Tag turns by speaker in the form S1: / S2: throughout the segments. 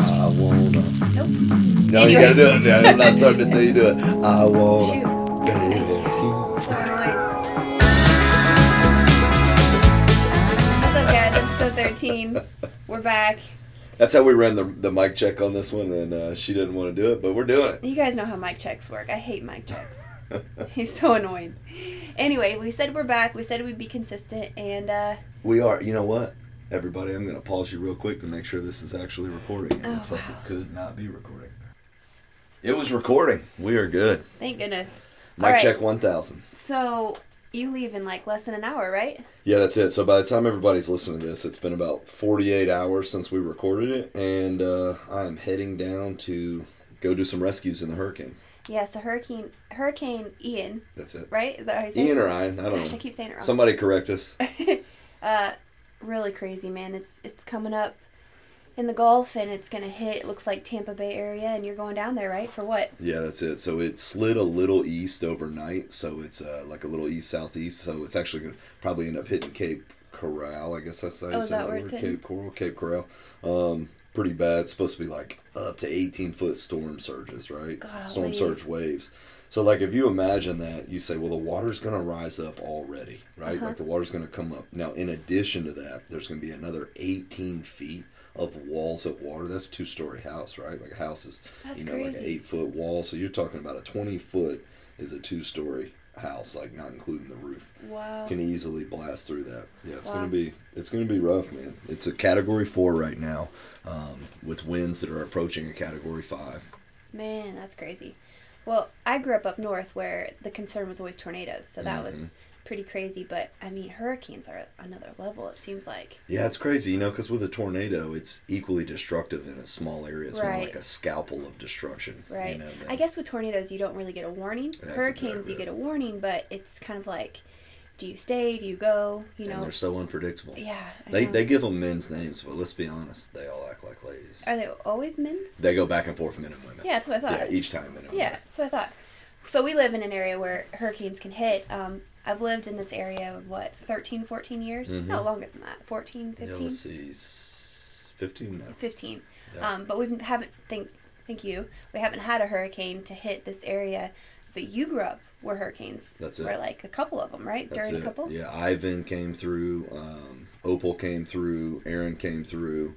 S1: I wanna.
S2: Nope.
S1: No, you
S2: Anyway.
S1: gotta do it. No, I'm not starting until you do it. I
S2: Shoot. Oh,
S1: wanna. Baby.
S2: That's up, guys? Episode 13. We're back.
S1: That's how we ran the, the mic check on this one, and uh, she didn't want to do it, but we're doing it.
S2: You guys know how mic checks work. I hate mic checks. He's so annoying. Anyway, we said we're back. We said we'd be consistent, and uh,
S1: we are. You know what? Everybody, I'm gonna pause you real quick to make sure this is actually recording. It
S2: Oh,
S1: looks like
S2: wow.
S1: it could not be recording. It was recording. We are good.
S2: thank goodness.
S1: Mic
S2: Alright.
S1: check 1000.
S2: So you leave in like less than an hour, right?
S1: Yeah, that's it. So by the time everybody's listening to this, it's been about 48 hours since we recorded it, and uh, I am heading down to go do some rescues in the hurricane.
S2: Yeah. So hurricane Hurricane Ian,
S1: That's it.
S2: right? Is that how you say
S1: Ian
S2: it?
S1: or Ian, I don't
S2: Gosh,
S1: know.
S2: I keep saying it wrong.
S1: Somebody correct us.
S2: uh, really crazy, man. It's it's coming up in the Gulf, and it's gonna hit. It looks like Tampa Bay area, and you're going down there, right? For what?
S1: yeah, that's it. So it slid a little east overnight, so it's uh, like a little east southeast. So it's actually gonna probably end up hitting Cape Corral. I guess that's how you
S2: Oh,
S1: say
S2: is that
S1: that
S2: where
S1: word?
S2: it's hitting?
S1: Cape Coral, Cape Corral. Um, pretty bad. It's supposed to be like up to 18 foot storm surges, right? Storm
S2: Golly.
S1: surge waves. So like if you imagine that, you say, well, the water's gonna rise up already, right?
S2: Uh-huh.
S1: Like the water's gonna come up. Now, in addition to that, there's gonna be another 18 feet of walls of water. That's a two story house, right? Like a house is
S2: That's
S1: you know like an
S2: crazy.
S1: eight foot wall. So you're talking about a 20 foot is a two story house, like not including the roof
S2: Wow.
S1: can easily blast through that. Yeah, it's
S2: Wow.
S1: gonna be it's gonna be rough, man. It's a category four right now, um, with winds that are approaching a category five.
S2: Man, that's crazy. Well, I grew up up north where the concern was always tornadoes, so that was
S1: Mm-hmm.
S2: pretty crazy. But I mean, hurricanes are another level. It seems like.
S1: Yeah, it's crazy, you know, because with a tornado, it's equally destructive in a small area. It's more
S2: Right.
S1: like a scalpel of destruction.
S2: Right.
S1: You know, than-
S2: I guess with tornadoes, you don't really get a warning.
S1: That's
S2: Hurricanes,
S1: exactly
S2: you
S1: it.
S2: get a warning, but it's kind of like, do you stay? Do you go? You
S1: And
S2: know.
S1: they're so unpredictable.
S2: Yeah. I
S1: They
S2: know.
S1: they give them men's names, but let's be honest, they all act like ladies.
S2: Are they always men's?
S1: they go back and forth, men and women.
S2: Yeah, that's what I thought.
S1: Yeah, each time men and
S2: Yeah,
S1: women.
S2: that's what I thought. So we live in an area where hurricanes can hit. Um, I've lived in this area, what, 13, 14 years? No, longer than that. 14,
S1: Mm-hmm. Yeah,
S2: 15?
S1: let's see, s- fifteen now.
S2: 15.
S1: Yeah.
S2: Um, but we haven't, thank, thank you, we haven't had a hurricane to hit this area. But you grew up where hurricanes
S1: That's it.
S2: were like a couple of them, right?
S1: That's
S2: During
S1: it.
S2: a couple?
S1: Yeah, Ivan came through. Um, Opal came through. Aaron came through.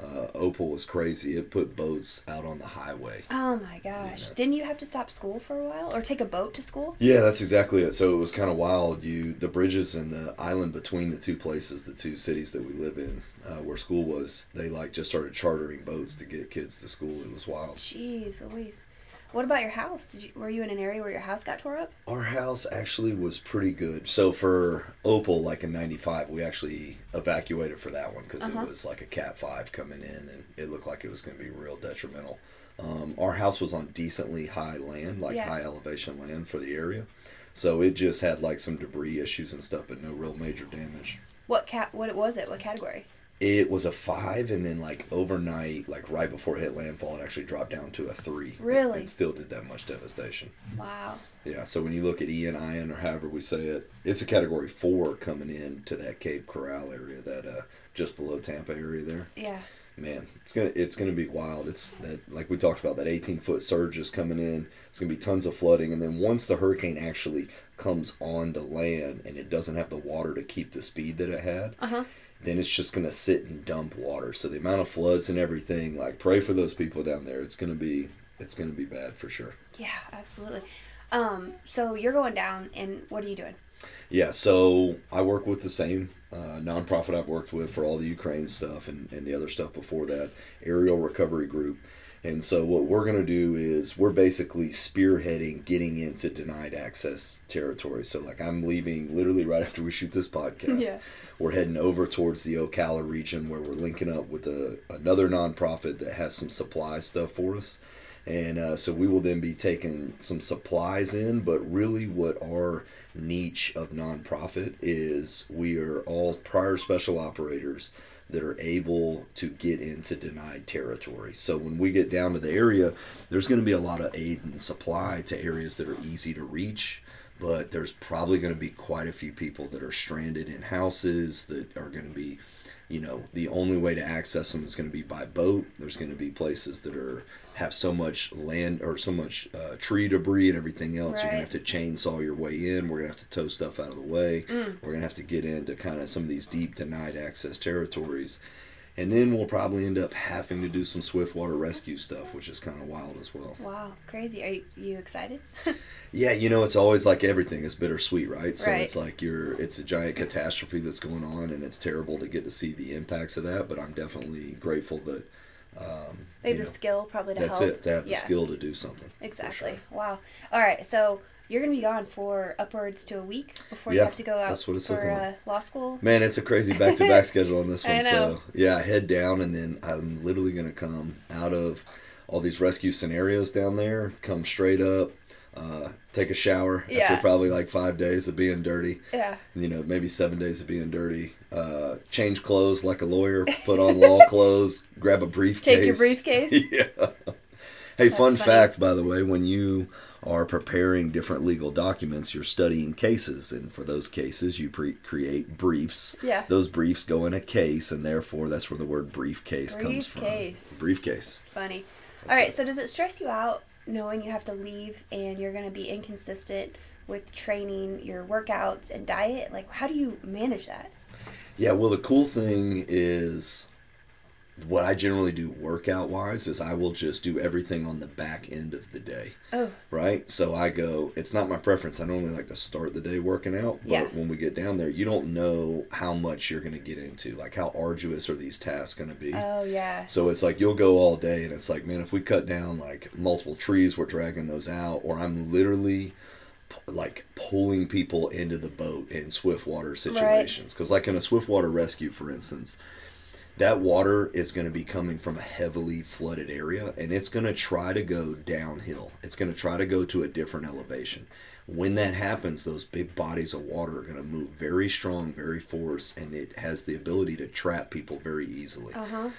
S1: Uh, Opal was crazy. It put boats out on the highway.
S2: Oh my gosh. Didn't you have to stop school for a while or take a boat to school?
S1: Yeah, that's exactly it. So it was kind of wild. You the bridges and the island between the two places, the two cities that we live in, uh, where school was, they like just started chartering boats to get kids to school. It was wild.
S2: Jeez Louise. What about your house? Did you, were you in an area where your house got tore up?
S1: Our house actually was pretty good. So for Opal, like in '95, we actually evacuated for that one because
S2: Uh-huh.
S1: it was like a Cat Five coming in, and it looked like it was going to be real detrimental. Um, our house was on decently high land, like
S2: Yeah.
S1: high elevation land for the area, so it just had like some debris issues and stuff, but no real major damage.
S2: What cat? What was it? What category?
S1: It was a five, and then like overnight, like right before it hit landfall, it actually dropped down to a three. and-
S2: Really?
S1: and still did that much devastation.
S2: Wow.
S1: Yeah, so when you look at Ian, Ian, or however we say it, it's a category four coming in to that Cape Corral area, that uh, just below Tampa area there.
S2: Yeah.
S1: Man, it's gonna it's gonna be wild. It's that like we talked about that eighteen foot surge is coming in. It's gonna be tons of flooding, and then once the hurricane actually comes on to land and it doesn't have the water to keep the speed that it had,
S2: Uh-huh.
S1: then it's just gonna sit and dump water. So the amount of floods and everything, like pray for those people down there. It's gonna be it's gonna be bad for sure.
S2: Yeah, absolutely. Um, so you're going down, and what are you doing?
S1: Yeah, so I work with the same uh, nonprofit I've worked with for all the Ukraine stuff and, and the other stuff before that, Aerial Recovery Group. And so what we're going to do is we're basically spearheading getting into denied access territory. So like I'm leaving literally right after we shoot this podcast.
S2: Yeah.
S1: We're heading over towards the Ocala region where we're linking up with a, another nonprofit that has some supply stuff for us. And uh, so we will then be taking some supplies in, but really what our niche of nonprofit is we are all prior special operators that are able to get into denied territory. So when we get down to the area, there's going to be a lot of aid and supply to areas that are easy to reach but there's probably going to be quite a few people that are stranded in houses that are going to be you know the only way to access them is going to be by boat there's going to be places that are have so much land or so much uh, tree debris and everything else you're going
S2: Right.
S1: to have to chainsaw your way in we're going to have to tow stuff out of the way we're going to have to get into kind of some of these deep denied access territories and then we'll probably end up having to do some swift water rescue stuff which is kind of wild as well
S2: Wow, crazy. Are you, you excited?
S1: yeah, you know, it's always like everything is bittersweet, right? So
S2: Right.
S1: it's like you're, it's a giant catastrophe that's going on, and it's terrible to get to see the impacts of that. But I'm definitely grateful that um,
S2: they have
S1: you know,
S2: the skill probably to
S1: that's
S2: help.
S1: it. To have
S2: yeah,
S1: the skill to do something. for
S2: Exactly.
S1: sure.
S2: Wow. All right. So you're going to be gone for upwards to a week before you
S1: Yeah,
S2: have to go out
S1: that's what it's
S2: for
S1: looking
S2: uh,
S1: like.
S2: law school.
S1: Man, it's a crazy back to back schedule on this
S2: I
S1: one.
S2: know.
S1: So yeah, I head down and then I'm literally gonna come out of all these rescue scenarios down there, come straight up, uh, take a shower
S2: Yeah.
S1: after probably like five days of being dirty.
S2: Yeah.
S1: You know, maybe seven days of being dirty. Uh, change clothes like a lawyer, put on law clothes, grab a briefcase.
S2: Take your briefcase.
S1: yeah. Hey, fun
S2: funny.
S1: fact, by the way, when you are preparing different legal documents, you're studying cases, and for those cases, you pre- create briefs.
S2: Yeah.
S1: Those briefs go in a case, and therefore, that's where the word briefcase, comes from.
S2: Briefcase.
S1: Briefcase.
S2: Funny. All right. So does it stress you out knowing you have to leave and you're going to be inconsistent with training, your workouts, and diet? Like, how do you manage that?
S1: Yeah. Well, the cool thing is. What I generally do workout wise is I will just do everything on the back end of the day.
S2: Oh,
S1: right? So I go, it's not my preference. I normally like to start the day working out, but
S2: Yeah.
S1: when we get down there, you don't know how much you're going to get into. Like, how arduous are these tasks going to be?
S2: oh yeah.
S1: So it's like you'll go all day, and it's like, man, if we cut down like multiple trees, we're dragging those out, or I'm literally p- like pulling people into the boat in swift water situations. Because, like in a swift water rescue, for instance, that water is going to be coming from a heavily flooded area and it's going to try to go downhill. It's going to try to go to a different elevation. When that happens, those big bodies of water are going to move very strong, very force, and it has the ability to trap people very easily.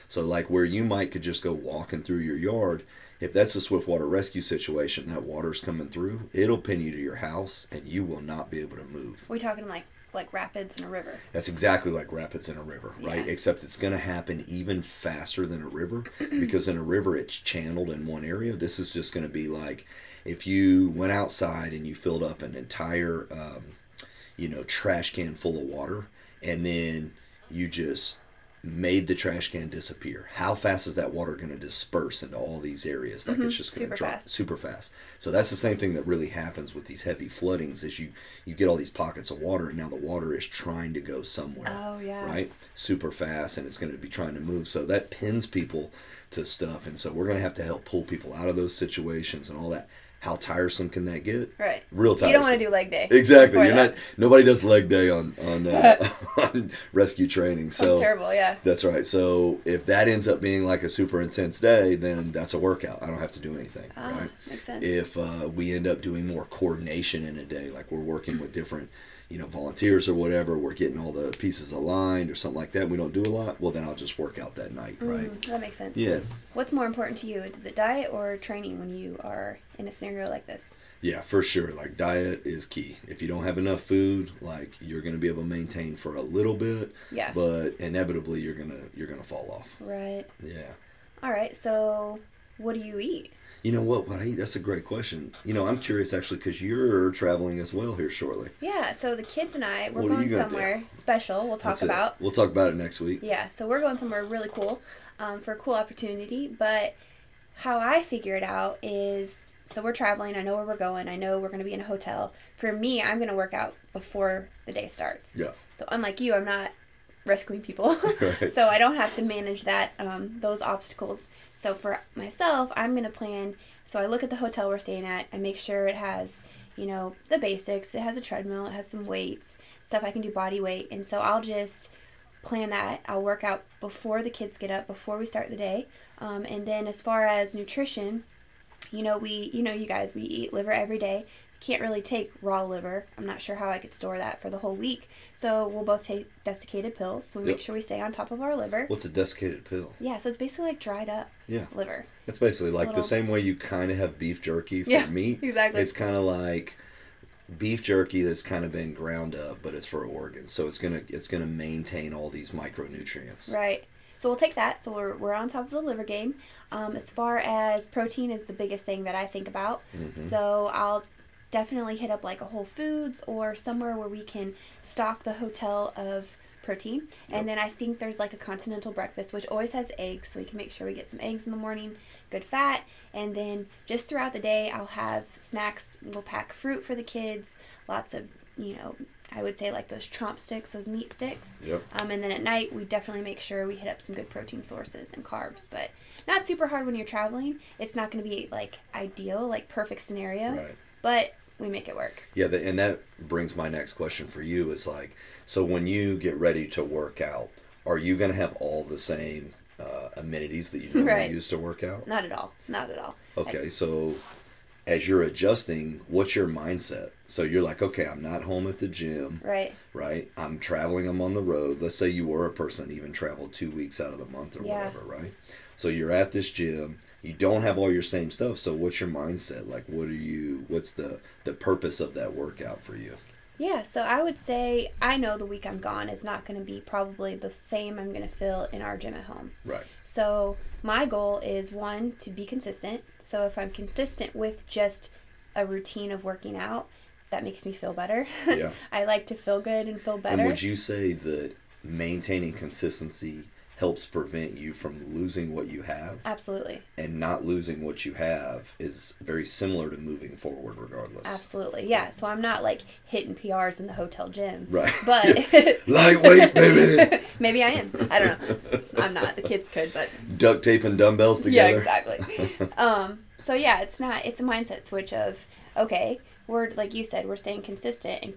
S1: So, like where you might could just go walking through your yard, if that's a swift water rescue situation, that water's coming through, it'll pin you to your house and you will not be able to move.
S2: We're talking like like rapids and a river.
S1: That's exactly like rapids in a river, right?
S2: Yeah.
S1: Except it's going to happen even faster than a river because in a river it's channeled in one area. This is just going to be like if you went outside and you filled up an entire, um, you know, trash can full of water and then you just made the trash can disappear. How fast is that water going to disperse into all these areas? Like it's just going
S2: Mm-hmm. Super
S1: to drop
S2: fast.
S1: super fast. So that's the same thing that really happens with these heavy floodings is you you get all these pockets of water and now the water is trying to go somewhere.
S2: Oh, yeah.
S1: Right? Super fast and it's going to be trying to move. So that pins people to stuff and so we're going to have to help pull people out of those situations and all that. How tiresome can that get?
S2: Right.
S1: Real
S2: You
S1: tiresome.
S2: don't want to do leg day.
S1: Exactly.
S2: before
S1: You're
S2: that.
S1: not nobody does leg day on on, uh, on rescue training.
S2: Sounds
S1: So
S2: terrible. Yeah.
S1: that's right. So if that ends up being like a super intense day, then that's a workout. I don't have to do anything,
S2: Ah,
S1: right?
S2: makes sense.
S1: If uh, we end up doing more coordination in a day, like we're working with different, you know, volunteers or whatever, we're getting all the pieces aligned or something like that. and we don't do a lot. Well, then I'll just work out that night, right?
S2: Mm, that makes sense.
S1: Yeah,
S2: What's more important to you? Is it diet or training when you are in a scenario like this?
S1: yeah, for sure. Like diet is key. If you don't have enough food, like you're gonna be able to maintain for a little bit.
S2: Yeah.
S1: But inevitably, you're gonna you're gonna fall off.
S2: Right.
S1: Yeah.
S2: All right. So, what do you eat?
S1: You know what? What I eat? That's a great question. You know, I'm curious actually because you're traveling as well here shortly.
S2: Yeah. So the kids and I, we're
S1: What are
S2: going
S1: you gonna do?
S2: somewhere special. We'll talk
S1: That's it.
S2: about.
S1: We'll talk about it next week.
S2: Yeah. So we're going somewhere really cool, um, for a cool opportunity. But how I figure it out is, so we're traveling. I know where we're going. I know we're going to be in a hotel. For me, I'm going to work out before the day starts.
S1: Yeah.
S2: So unlike you, I'm not rescuing people,
S1: Right.
S2: so I don't have to manage that um, those obstacles. So for myself, I'm gonna plan. So I look at the hotel we're staying at. I make sure it has, you know, the basics. It has a treadmill. It has some weights, stuff I can do body weight. And so I'll just plan that. I'll work out before the kids get up, before we start the day. Um, and then as far as nutrition, you know we you know you guys we eat liver every day can't really take raw liver i'm not sure how i could store that for the whole week so we'll both take desiccated pills so we
S1: Yep.
S2: make sure we stay on top of our liver
S1: What's a desiccated pill?
S2: yeah so it's basically like dried up
S1: Yeah.
S2: liver
S1: It's basically like the
S2: Little-
S1: same way you kind of have beef jerky for
S2: Yeah,
S1: meat.
S2: exactly.
S1: It's kind of like beef jerky that's kind of been ground up, but it's for organs, so it's gonna it's gonna maintain all these micronutrients.
S2: Right. So we'll take that. So we're, we're on top of the liver game. Um, as far as protein is the biggest thing that I think about. So I'll definitely hit up like a Whole Foods or somewhere where we can stock the hotel of protein. And then I think there's like a continental breakfast, which always has eggs. So we can make sure we get some eggs in the morning, good fat. And then just throughout the day, I'll have snacks. We'll pack fruit for the kids, lots of, you know, I would say like those chomp sticks, those meat sticks.
S1: Yep.
S2: Um, and then at night, we definitely make sure we hit up some good protein sources and carbs, but not super hard when you're traveling. It's not going to be like ideal, like perfect scenario,
S1: Right.
S2: but we make it work.
S1: Yeah, the, and that brings my next question for you is like, so when you get ready to work out, are you gonna have all the same uh, amenities that you normally
S2: Right.
S1: use to work out?
S2: Not at all. Not at all.
S1: Okay, so as you're adjusting, what's your mindset? So you're like, okay, I'm not home at the gym,
S2: Right.
S1: right? I'm traveling, I'm on the road. Let's say you were a person that even traveled two weeks out of the month or
S2: Yeah.
S1: whatever, right? So you're at this gym, you don't have all your same stuff. So what's your mindset? Like what are you what's the the purpose of that workout for you?
S2: Yeah, so I would say I know the week I'm gone is not going to be probably the same I'm going to feel in our gym at home.
S1: Right.
S2: So my goal is one to be consistent. So if I'm consistent with just a routine of working out, that makes me feel better.
S1: Yeah.
S2: I like to feel good and feel better.
S1: And would you say that maintaining consistency helps prevent you from losing what you have?
S2: Absolutely.
S1: and not losing what you have is very similar to moving forward regardless.
S2: Absolutely. Yeah. So I'm not like hitting PRs in the hotel gym.
S1: Right.
S2: But
S1: Lightweight, baby.
S2: maybe I am. I don't know. I'm not. The kids could, but
S1: Duct tape and dumbbells together.
S2: Yeah, exactly. um, so yeah, it's not. It's a mindset switch of okay, we're like you said, we're staying consistent, and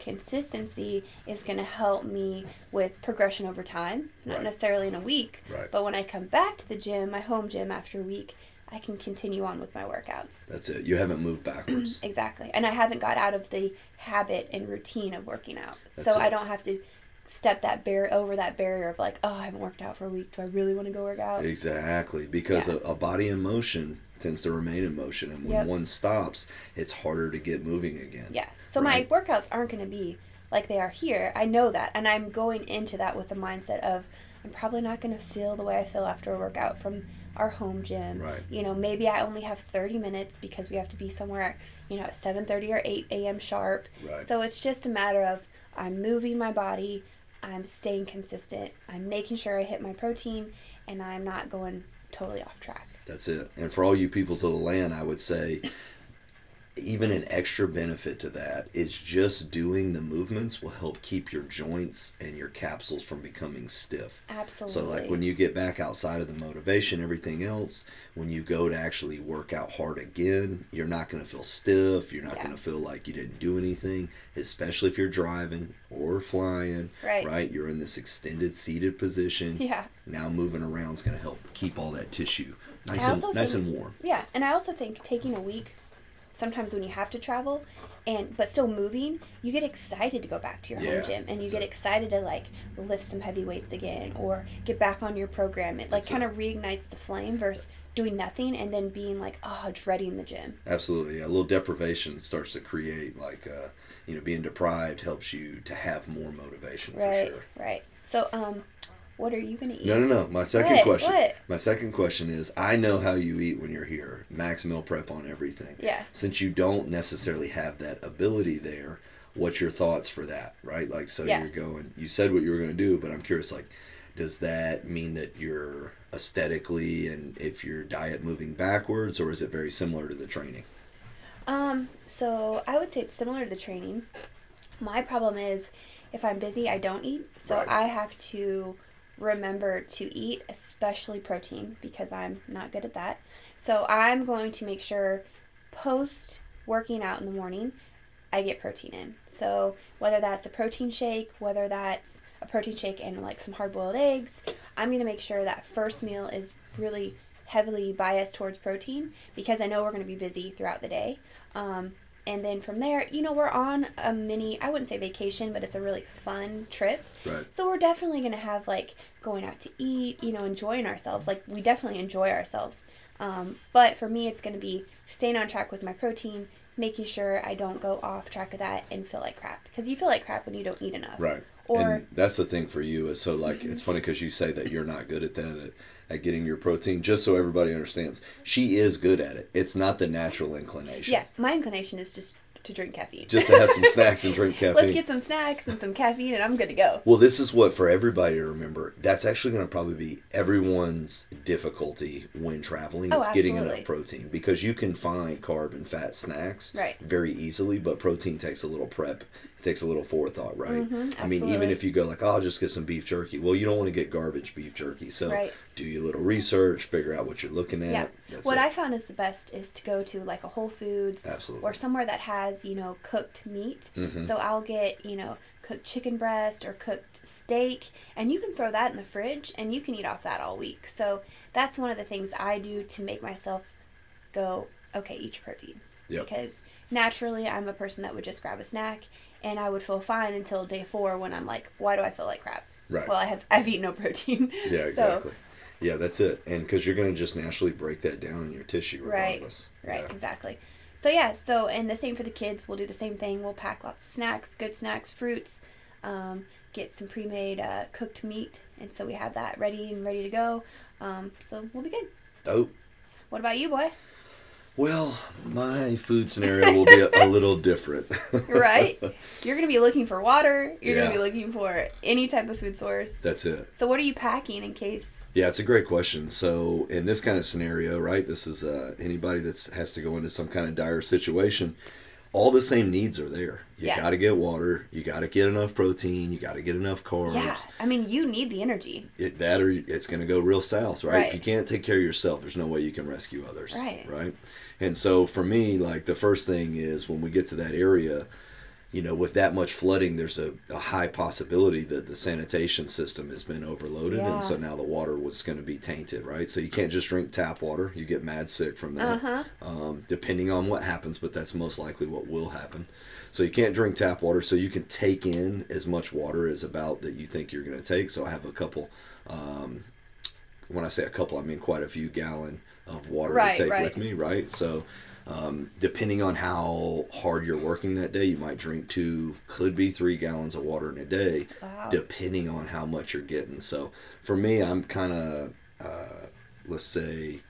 S2: consistency is going to help me with progression over time, not
S1: Right.
S2: necessarily in a week,
S1: Right.
S2: but when I come back to the gym, my home gym after a week, I can continue on with my workouts.
S1: That's it. You haven't moved backwards.
S2: Exactly, and I haven't got out of the habit and routine of working out,
S1: That's
S2: so I
S1: it.
S2: don't have to step that barrier over that barrier of like, oh, I haven't worked out for a week. Do I really want to go work out?
S1: exactly. Because
S2: Yeah.
S1: a, a body in motion tends to remain in motion. And when
S2: Yep.
S1: one stops, it's harder to get moving again.
S2: Yeah. So
S1: Right.
S2: my workouts aren't going to be like they are here. I know that. And I'm going into that with the mindset of I'm probably not going to feel the way I feel after a workout from our home gym.
S1: Right.
S2: You know, maybe I only have 30 minutes because we have to be somewhere, you know, at 7:30 or 8 a.m. sharp.
S1: Right.
S2: So it's just a matter of I'm moving my body, I'm staying consistent, I'm making sure I hit my protein, and I'm not going totally off track.
S1: That's it. And for all you peoples of the land, I would say even an extra benefit to that is just doing the movements will help keep your joints and your capsules from becoming stiff.
S2: Absolutely.
S1: So like when you get back outside of the motivation, everything else, when you go to actually work out hard again, you're not going to feel stiff. You're not
S2: Yeah.
S1: going to feel like you didn't do anything, especially if you're driving or flying.
S2: Right.
S1: Right. You're in this extended seated position.
S2: Yeah.
S1: Now moving around is going to help keep all that tissue nice
S2: I
S1: and
S2: also
S1: nice
S2: think-
S1: and warm.
S2: Yeah, and I also think taking a week, sometimes when you have to travel, and but still moving, you get excited to go back to your
S1: Yeah,
S2: home gym, and you
S1: that's
S2: get
S1: it.
S2: excited to like lift some heavy weights again or get back on your program. It like
S1: That's
S2: kind of reignites the flame versus doing nothing and then being like, oh, dreading the gym.
S1: Absolutely. A little deprivation starts to create like uh, you know being deprived helps you to have more motivation
S2: Right,
S1: for sure.
S2: right. So, um, what are you gonna eat?
S1: No, no, no. My second
S2: What?
S1: question.
S2: What?
S1: My second question is I know how you eat when you're here. Max meal prep on everything.
S2: Yeah.
S1: Since you don't necessarily have that ability there, what's your thoughts for that, right? Like so
S2: Yeah.
S1: you're going you said what you were going to do, but I'm curious like does that mean that you're aesthetically and if your diet moving backwards or is it very similar to the training?
S2: Um, so I would say it's similar to the training. My problem is if I'm busy, I don't eat. So
S1: Right.
S2: I have to remember to eat, especially protein, because I'm not good at that. So I'm going to make sure post working out in the morning, I get protein in. So whether that's a protein shake, whether that's a protein shake and like some hard boiled eggs, I'm going to make sure that first meal is really heavily biased towards protein because I know we're going to be busy throughout the day. Um, and then from there, you know, we're on a mini, I wouldn't say vacation, but it's a really fun trip.
S1: Right.
S2: So we're definitely going to have like going out to eat, you know, enjoying ourselves. Like we definitely enjoy ourselves. Um, but for me, it's going to be staying on track with my protein, making sure I don't go off track of that and feel like crap because you feel like crap when you don't eat enough.
S1: Right.
S2: Or
S1: and that's the thing for you is so like it's funny because you say that you're not good at that at, at getting your protein. Just so everybody understands, she is good at it. It's not the natural inclination.
S2: yeah, my inclination is just to drink caffeine.
S1: Just to have some snacks and drink caffeine.
S2: Let's get some snacks and some caffeine and I'm good to go.
S1: Well, this is what for everybody to remember. That's actually going to probably be everyone's difficulty when traveling
S2: Oh,
S1: is getting
S2: absolutely.
S1: enough protein because you can find carb and fat snacks
S2: Right.
S1: very easily, but protein takes a little prep. It takes a little forethought, right? I mean, even
S2: Mm-hmm, absolutely.
S1: if you go like, oh, "I'll just get some beef jerky," well, you don't want to get garbage beef jerky. So
S2: Right.
S1: do your little research, figure out what you're looking at.
S2: Yeah.
S1: That's
S2: what
S1: it.
S2: I found is the best is to go to like a Whole Foods
S1: Absolutely. Mm-hmm.
S2: or somewhere that has, you know, cooked meat. So I'll get, you know, cooked chicken breast or cooked steak and you can throw that in the fridge and you can eat off that all week. So that's one of the things I do to make myself go, okay, eat your protein.
S1: Yep.
S2: Because naturally I'm a person that would just grab a snack and I would feel fine until day 4 when I'm like, why do I feel like crap?
S1: Right.
S2: Well, I have I've eaten no protein.
S1: yeah,
S2: So-
S1: exactly. yeah, that's it. And because you're going to just naturally break that down in your tissue, regardless.
S2: Right,
S1: Yeah.
S2: exactly. So yeah, so and the same for the kids. We'll do the same thing. We'll pack lots of snacks, good snacks, fruits, um, get some pre-made uh, cooked meat, and so we have that ready and ready to go. Um, so we'll be good.
S1: Dope.
S2: What about you, boy?
S1: Well, my food scenario will be a, a little different.
S2: Right? You're gonna be looking for water. You're gonna
S1: Yeah.
S2: be looking for any type of food source.
S1: That's it.
S2: So what are you packing in case?
S1: Yeah, it's a great question. So, in this kind of scenario, right? This is uh, anybody that has to go into some kind of dire situation. All the same needs are there. You
S2: Yeah.
S1: got to get water. You got to get enough protein. You got to get enough carbs.
S2: Yeah, I mean you need the energy.
S1: It, that or it's going to go real south, right?
S2: Right.
S1: If you can't take care of yourself, there's no way you can rescue others,
S2: Right.
S1: Right. And so for me, like the first thing is when we get to that area, you know, with that much flooding, there's a, a high possibility that the sanitation system has been overloaded,
S2: Yeah.
S1: and so now the water was going to be tainted, right? So you can't just drink tap water; you get mad sick from that.
S2: Uh-huh.
S1: Um, depending on what happens, but that's most likely what will happen. So you can't drink tap water, so you can take in as much water as about that you think you're going to take. So I have a couple. Um, when I say a couple, I mean quite a few gallon of water
S2: Right,
S1: to take
S2: right.
S1: with me, right? So, um, depending on how hard you're working that day, you might drink two, could be three gallons of water in a day,
S2: Wow.
S1: depending on how much you're getting. So, for me, I'm kind of, uh, let's say,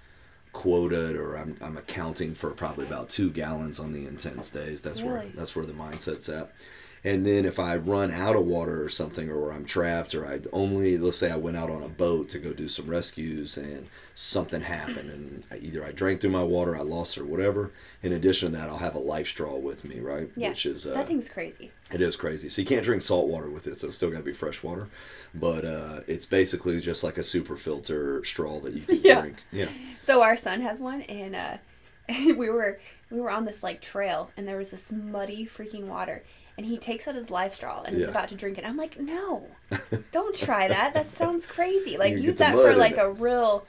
S1: quoted or I'm, I'm accounting for probably about two gallons on the intense days. That's where
S2: Really?
S1: that's where the mindset's at. And then if I run out of water or something, or I'm trapped, or I only let's say I went out on a boat to go do some rescues, and something happened, and I- either I drank through my water, I lost it, or whatever. In addition to that, I'll have a life straw with me, right?
S2: Yeah,
S1: Which is uh,
S2: that thing's crazy.
S1: it is crazy. So you can't drink salt water with it, so it's still got to be fresh water. But uh, it's basically just like a super filter straw that you can
S2: Yeah.
S1: drink. Yeah.
S2: So our son has one, and uh, we were we were on this like trail, and there was this muddy freaking water, and he takes out his life straw and is
S1: Yeah.
S2: about to drink it. I'm like, no, don't try that. That sounds crazy. Like
S1: You get
S2: use
S1: the
S2: that
S1: mud
S2: for
S1: in
S2: like
S1: it.
S2: a real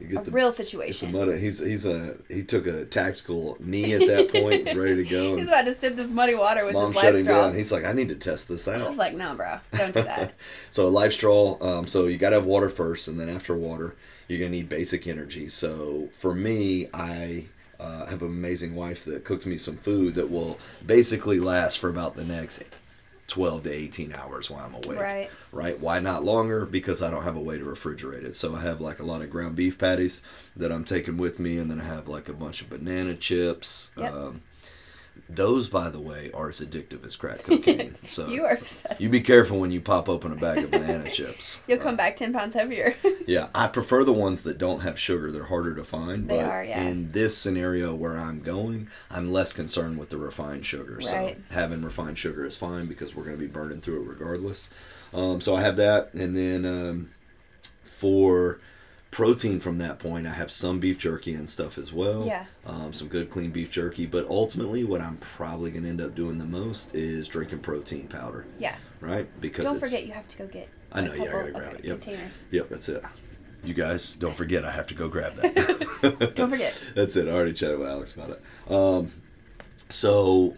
S1: You
S2: a
S1: get the
S2: real
S1: It's the
S2: situation.
S1: mud. He's he's a he took a tactical knee at that point, ready to go.
S2: He's
S1: And
S2: about to sip this muddy water with
S1: mom
S2: his life
S1: shut him
S2: straw.
S1: down. He's like, I need to test this
S2: I
S1: out.
S2: was like, no, bro, don't do that.
S1: so life straw. Um, so you gotta have water first, and then after water, you're gonna need basic energy. So for me, I. Uh, have an amazing wife that cooked me some food that will basically last for about the next 12 to 18 hours while I'm awake.
S2: Right.
S1: Right? Why not longer? Because I don't have a way to refrigerate it. So I have like a lot of ground beef patties that I'm taking with me, and then I have like a bunch of banana chips.
S2: Yep.
S1: Um, those, by the way, are as addictive as crack cocaine. So
S2: you are obsessed.
S1: you be careful when you pop open a bag of banana chips.
S2: You'll come back ten pounds heavier.
S1: Yeah, I prefer the ones that don't have sugar. They're harder to find.
S2: They
S1: but
S2: are, yeah.
S1: in this scenario where I'm going, I'm less concerned with the refined sugar.
S2: Right.
S1: So having refined sugar is fine because we're going to be burning through it regardless. Um, so I have that. And then um, for protein from that point, I have some beef jerky and stuff as well.
S2: Yeah.
S1: Um, some good clean beef jerky. But ultimately, what I'm probably going to end up doing the most is drinking protein powder.
S2: yeah.
S1: Right? Because
S2: Don't
S1: it's-
S2: forget, you have to go get.
S1: I know,
S2: a
S1: yeah, I
S2: couple-
S1: gotta grab
S2: okay,
S1: it. Yep.
S2: Containers.
S1: Yep, that's it. You guys, don't forget, I have to go grab that.
S2: Don't forget.
S1: that's it. I already chatted with Alex about it. Um, so,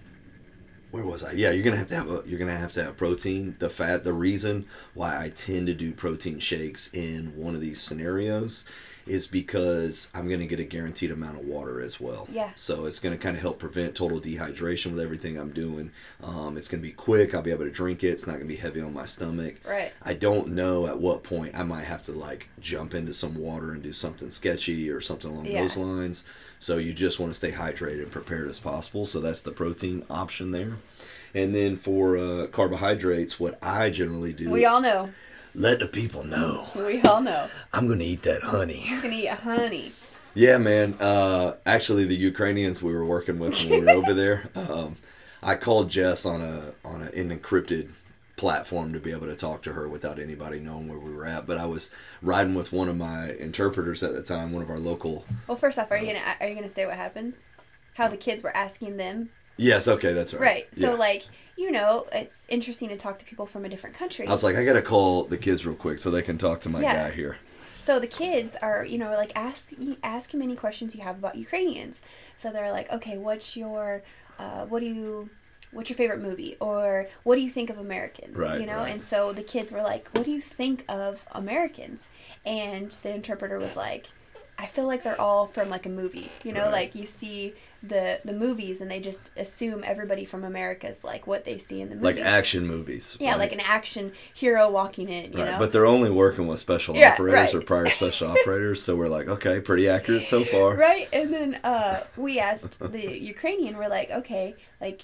S1: where was I? Yeah, you're gonna have to have a, you're gonna have to have protein. The fat. The reason why I tend to do protein shakes in one of these scenarios is because I'm going to get a guaranteed amount of water as well.
S2: Yeah.
S1: So it's going to kind of help prevent total dehydration with everything I'm doing. Um, it's going to be quick. I'll be able to drink it. It's not going to be heavy on my stomach.
S2: Right.
S1: I don't know at what point I might have to like jump into some water and do something sketchy or something along
S2: Yeah.
S1: those lines. So you just want to stay hydrated and prepared as possible. So that's the protein option there. And then for uh, carbohydrates, what I generally do,
S2: We all know.
S1: let the people know
S2: We all know.
S1: I'm gonna eat that honey.
S2: He's gonna eat honey.
S1: Yeah, man. Uh, actually, the Ukrainians we were working with when we were over there, um, I called Jess on a on a, an encrypted platform to be able to talk to her without anybody knowing where we were at. But I was riding with one of my interpreters at the time, one of our local.
S2: Well, first off, are you gonna are you gonna say what happens? How the kids were asking them,
S1: Yes, okay, that's right.
S2: right? So
S1: Yeah.
S2: like you know, it's interesting to talk to people from a different country.
S1: I was like, I gotta call the kids real quick so they can talk to my
S2: Yeah.
S1: guy here.
S2: So the kids are, you know, like ask ask him any questions you have about Ukrainians. So they're like, okay, what's your, uh, what do you, what's your favorite movie, or what do you think of Americans?
S1: Right,
S2: you know,
S1: right.
S2: and so the kids were like, what do you think of Americans? And the interpreter was like. I feel like they're all from like a movie, you know,
S1: Right.
S2: like you see the the movies and they just assume everybody from America is like what they see in the
S1: Like
S2: movies.
S1: action movies.
S2: yeah,
S1: right?
S2: like an action hero walking in, you
S1: Right,
S2: know.
S1: but they're only working with special
S2: Yeah,
S1: operators
S2: right.
S1: or prior special operators, so we're like, okay, pretty accurate so far.
S2: right and then uh, we asked the ukrainian we're like okay like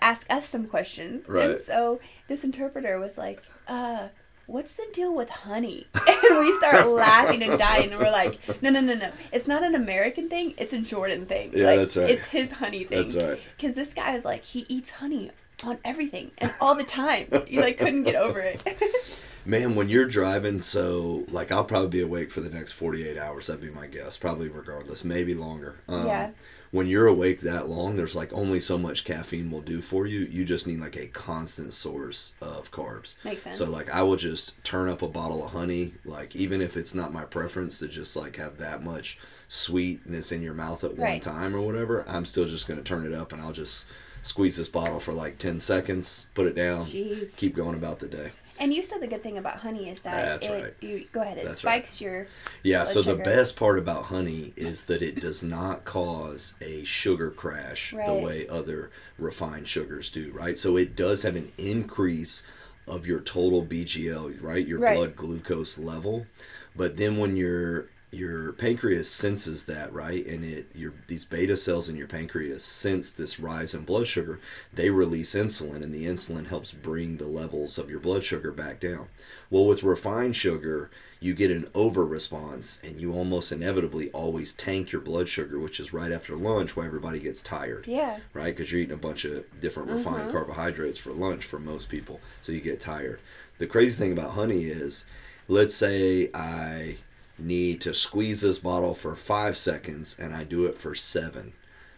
S2: ask us some questions
S1: Right.
S2: and so this interpreter was like uh what's the deal with honey and we start laughing and dying and we're like no no no no it's not an american thing it's a jordan thing
S1: Yeah,
S2: like,
S1: that's right.
S2: it's his honey thing
S1: That's right.
S2: because this guy is like he eats honey on everything and all the time you like couldn't get over it
S1: Man, when you're driving, so like I'll probably be awake for the next 48 hours. That'd be my guess, probably regardless, maybe longer. Um,
S2: Yeah.
S1: When you're awake that long, there's like only so much caffeine will do for you. You just need like a constant source of carbs.
S2: Makes sense.
S1: So like I will just turn up a bottle of honey, like even if it's not my preference to just like have that much sweetness in your mouth at one
S2: Right.
S1: time or whatever, I'm still just gonna turn it up and I'll just squeeze this bottle for like 10 seconds, put it down,
S2: Jeez.
S1: keep going about the day.
S2: and you said the good thing about honey is that
S1: That's
S2: it
S1: right.
S2: you go ahead it
S1: That's right.
S2: spikes your
S1: Yeah,
S2: blood
S1: so the
S2: sugar.
S1: best part about honey is that it does not cause a sugar crash
S2: Right.
S1: the way other refined sugars do, right? So it does have an increase of your total BGL, right? Your
S2: Right.
S1: blood glucose level. But then when your your pancreas senses that, right? And it your these beta cells in your pancreas sense this rise in blood sugar, they release insulin and the insulin helps bring the levels of your blood sugar back down. Well, with refined sugar, you get an over response and you almost inevitably always tank your blood sugar, which is right after lunch where everybody gets tired
S2: yeah
S1: right? Because you're eating a bunch of different refined
S2: Mm-hmm.
S1: carbohydrates for lunch for most people, so you get tired. The crazy thing about honey is, let's say I need to squeeze this bottle for five seconds and I do it for seven,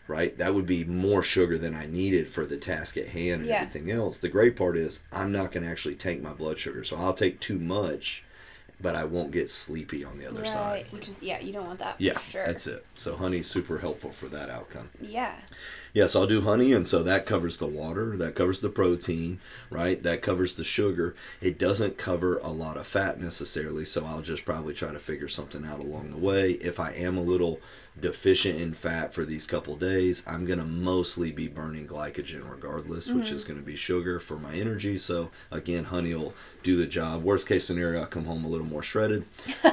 S1: right? That would be more sugar than I needed for the task at hand and
S2: Yeah.
S1: everything else. The great part is, I'm not going to actually tank my blood sugar, so I'll take too much, but I won't get sleepy on the other side.
S2: Which is yeah, you don't want that.
S1: Yeah,
S2: for sure.
S1: that's it. So honey's super helpful for that outcome.
S2: Yeah,
S1: Yes, I'll do honey, and so that covers the water, that covers the protein, right? That covers the sugar. It doesn't cover a lot of fat necessarily, so I'll just probably try to figure something out along the way. If I am a little deficient in fat for these couple days, I'm gonna mostly be burning glycogen regardless, which is gonna be sugar for my energy. So again, honey will do the job. Worst case scenario, I come home a little more shredded.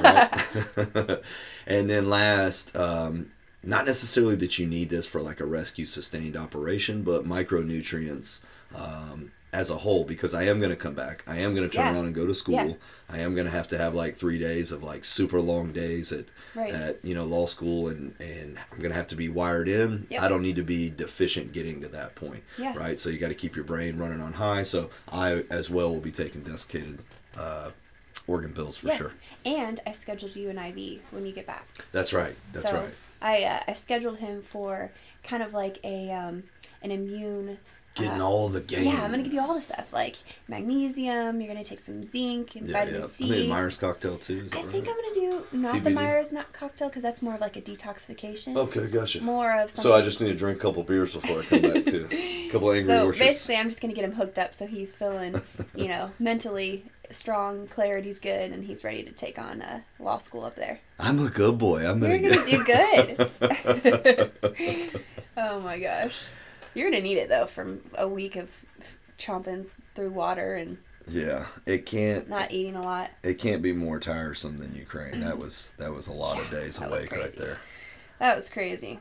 S1: right? and then last, um, not necessarily that you need this for like a rescue sustained operation, but micronutrients um, as a whole, because I am going to come back. I am going to turn
S2: Yeah.
S1: around and go to school.
S2: Yeah.
S1: I am going to have to have like three days of like super long days at,
S2: Right.
S1: at you know, law school and, and I'm going to have to be wired in.
S2: Yep.
S1: I don't need to be deficient getting to that point.
S2: Yeah.
S1: Right. So you got to keep your brain running on high. So I as well will be taking desiccated uh, organ pills for
S2: yeah.
S1: sure.
S2: And I scheduled you an IV when you get back.
S1: That's right. That's
S2: so
S1: right.
S2: I uh, I scheduled him for kind of like a um an immune.
S1: Getting
S2: uh,
S1: all the gains.
S2: Yeah, I'm gonna give you all the stuff like magnesium. You're gonna take some zinc and vitamin
S1: I
S2: C.
S1: think Myers cocktail too. Is that
S2: I
S1: right?
S2: think I'm gonna do not the
S1: TBD?
S2: Myers not cocktail because that's more of like a detoxification.
S1: Okay, gotcha.
S2: More of something.
S1: Oh. so I just need to drink a couple beers before I come back too. A couple angry
S2: So
S1: orchards.
S2: basically, I'm just gonna get him hooked up so he's feeling, you know, mentally strong, clarity's good, and he's ready to take on uh, law school up there.
S1: I'm a good boy. I'm
S2: You're
S1: gonna,
S2: gonna do good. oh my gosh, you're gonna need it though from a week of chomping through water and
S1: yeah, it can't.
S2: not eating a lot.
S1: It can't be more tiresome than Ukraine. That was that was a lot of days
S2: Mm. that was
S1: awake right
S2: crazy.
S1: there.
S2: That was crazy.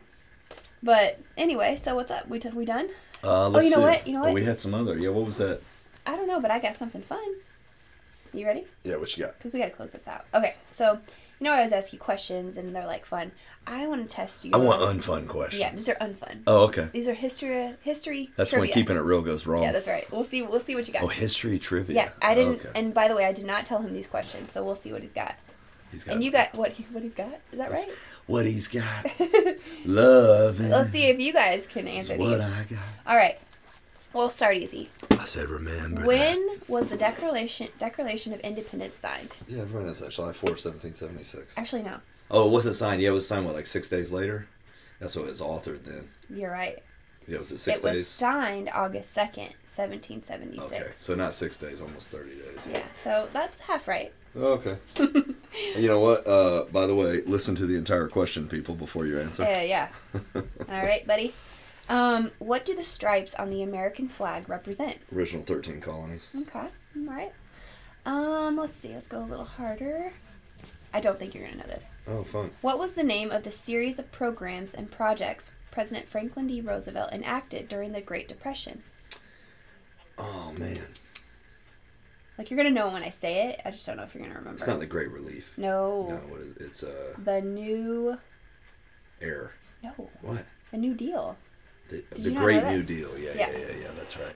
S2: But anyway, so what's up? We t- we done?
S1: Uh, let's
S2: you know
S1: see.
S2: what? You know
S1: Oh,
S2: what?
S1: we had some other. Yeah, what was that?
S2: I don't know, but I got something fun. You ready?
S1: Yeah, what you got?
S2: Because we gotta close this out. Okay, so you know I always ask you questions and they're like fun. I want to test you.
S1: I want unfun questions.
S2: Yeah, these are unfun.
S1: Oh, okay.
S2: These are history history.
S1: That's
S2: trivia.
S1: when keeping it real goes wrong.
S2: Yeah, that's right. We'll see. We'll see what you got.
S1: oh, history trivia.
S2: Yeah, I didn't.
S1: Okay.
S2: And by the way, I did not tell him these questions, so we'll see what he's got.
S1: He's
S2: And you got what he, what he's got. Is that right?
S1: what he's got. Love.
S2: Let's see if you guys can answer
S1: what
S2: these.
S1: I got.
S2: All right, we'll start easy.
S1: I said remember. that.
S2: When was the Declaration Declaration of Independence signed?
S1: Yeah, everyone has that. July 4th, 1776.
S2: Actually, no.
S1: Oh, it wasn't signed. Yeah, it was signed, what, like six days later? That's what it was authored then.
S2: You're right.
S1: Yeah, was it six
S2: it
S1: days?
S2: was signed August second, seventeen seventy
S1: okay,
S2: six.
S1: so not six days, almost 30 days.
S2: Yeah, so that's half right.
S1: Okay. you know what? Uh, by the way, listen to the entire question, people, before you answer.
S2: Yeah, yeah. All right, buddy. Um, what do the stripes on the American flag represent?
S1: Original 13 colonies.
S2: Okay. All right. Um, let's see. Let's go a little harder. I don't think you're going to know this.
S1: Oh, fun.
S2: What was the name of the series of programs and projects President Franklin D. Roosevelt enacted during the Great Depression?
S1: Oh, man.
S2: Like, you're going to know when I say it. I just don't know if you're going to remember.
S1: It's not the Great Relief.
S2: no.
S1: No, what is it? It's uh,
S2: The new.
S1: Air.
S2: No.
S1: What?
S2: The New Deal.
S1: The,
S2: Did
S1: the
S2: you not
S1: Great
S2: know
S1: New
S2: that?
S1: Deal. Yeah, yeah,
S2: Yeah.
S1: yeah, yeah, That's right.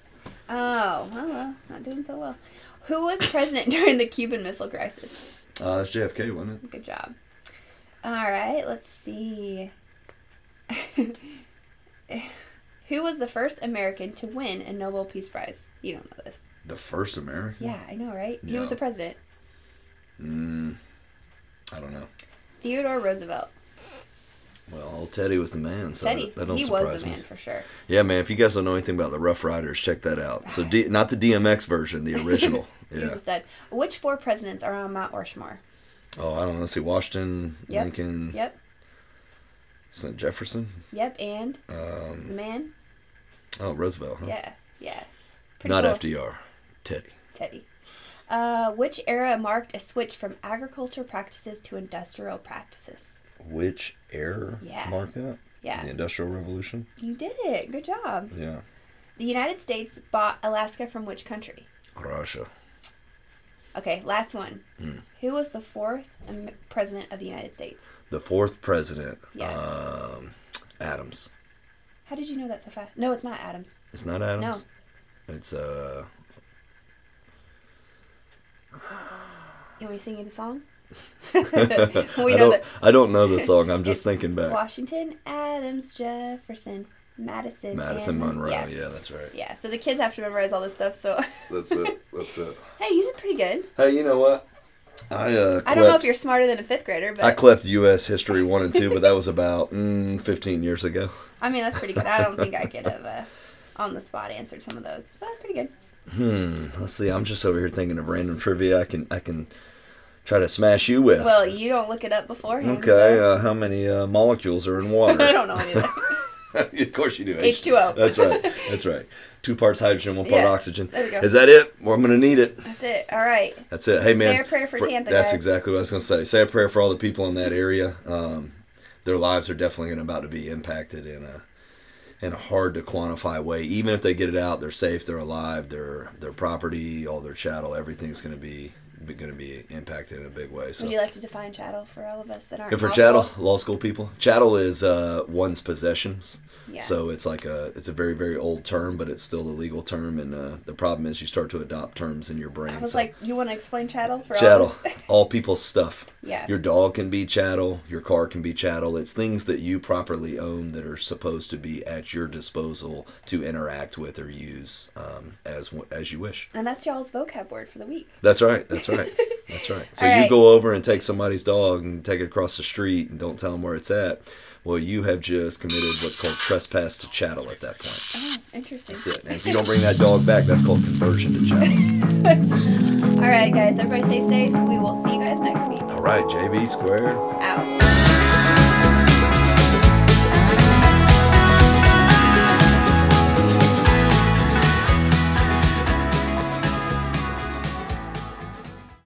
S2: Oh, well, well, not doing so well. Who was president during the Cuban Missile Crisis?
S1: Uh, that's JFK, wasn't it?
S2: Good job. All right, let's see. Who was the first American to win a Nobel Peace Prize? You don't know this.
S1: The first American.
S2: Yeah, I know, right? He was
S1: No.
S2: the president.
S1: Mm, I don't know.
S2: Theodore Roosevelt.
S1: Well, old Teddy was the man. So
S2: Teddy.
S1: That, that don't
S2: he
S1: surprise
S2: was the
S1: me.
S2: man for sure.
S1: Yeah, man. If you guys don't know anything about the Rough Riders, check that out. So D, not the DMX version, the original.
S2: He was
S1: Yeah.
S2: a stud. Which four presidents are on Mount Rushmore?
S1: Oh, I don't know. Let's see, Washington,
S2: Yep.
S1: Lincoln,
S2: Yep.
S1: St. Jefferson.
S2: Yep. And
S1: Um,
S2: the man?
S1: oh, Roosevelt. Huh?
S2: Yeah. Yeah. Pretty
S1: Not
S2: cool.
S1: FDR. Teddy.
S2: Teddy. Uh, which era marked a switch from agriculture practices to industrial practices?
S1: Which era
S2: Yeah.
S1: marked that?
S2: Yeah.
S1: The Industrial Revolution.
S2: You did it. Good job.
S1: Yeah.
S2: The United States bought Alaska from which country?
S1: Russia.
S2: Okay, last one.
S1: Hmm.
S2: Who was the fourth um, president of the United States?
S1: The fourth president.
S2: Yeah.
S1: Um, Adams.
S2: How did you know that so fast? No, it's not Adams.
S1: It's not Adams. It's uh.
S2: You want me to sing you the song?
S1: I
S2: we know
S1: don't.
S2: that.
S1: I don't know the song. I'm just thinking back.
S2: Washington, Adams, Jefferson, Madison.
S1: Madison
S2: and-
S1: Monroe.
S2: Yeah.
S1: Yeah. that's right.
S2: Yeah, so the kids have to memorize all this stuff, so.
S1: That's it. That's it.
S2: hey, you did pretty good.
S1: Hey, you know what? I uh. Clept,
S2: I don't know if you're smarter than a fifth grader, but
S1: I
S2: I,
S1: clept U.S. History one and two, but that was about mm, 15 years ago.
S2: mean, that's pretty good. I don't think I could have uh, on the spot answered some of those, but pretty good.
S1: Hmm. Let's see. I'm just over here thinking of random trivia. I can. I can. Try to smash you with.
S2: Well, you don't look it up beforehand.
S1: okay.
S2: so-
S1: Uh, how many uh, molecules are in water?
S2: I don't know any of that.
S1: of course you do.
S2: H2O.
S1: That's right. That's right. Two parts hydrogen, one part
S2: Yeah,
S1: oxygen.
S2: there you go.
S1: Is that it? Well, I'm going to need it.
S2: That's it. All right.
S1: That's it. Hey, man.
S2: a prayer for Tampa,
S1: That's
S2: guys.
S1: exactly what I was going to say. Say a prayer for all the people in that area. Um, their lives are definitely gonna about to be impacted in a in a hard to quantify way. Even if they get it out, they're safe, they're alive, their their property, all their chattel, everything's going to be be- going to be impacted in a big way. So.
S2: Would you like to define chattel for all of us that aren't?
S1: And for
S2: hostile?
S1: chattel, law school people, chattel is uh, one's possessions.
S2: Yeah.
S1: So it's like a it's a very very old term, but it's still a legal term. And uh, the problem is you start to adopt terms in your brain.
S2: I was
S1: so
S2: like, you want to explain chattel for
S1: chattel,
S2: all?
S1: all people's stuff.
S2: Yeah.
S1: Your dog can be chattel. Your car can be chattel. It's things that you properly own that are supposed to be at your disposal to interact with or use um, as as you wish.
S2: And that's y'all's vocab word for the week.
S1: That's right. That's right. That's right. So
S2: All
S1: you
S2: right.
S1: go over and take somebody's dog and take it across the street and don't tell them where it's at. Well, you have just committed what's called trespass to chattel at that point.
S2: Oh, interesting.
S1: That's it. And if you don't bring that dog back, that's called conversion to chattel.
S2: All right, guys, everybody stay safe. We will see you guys next week.
S1: All right, JB Square.
S2: Out.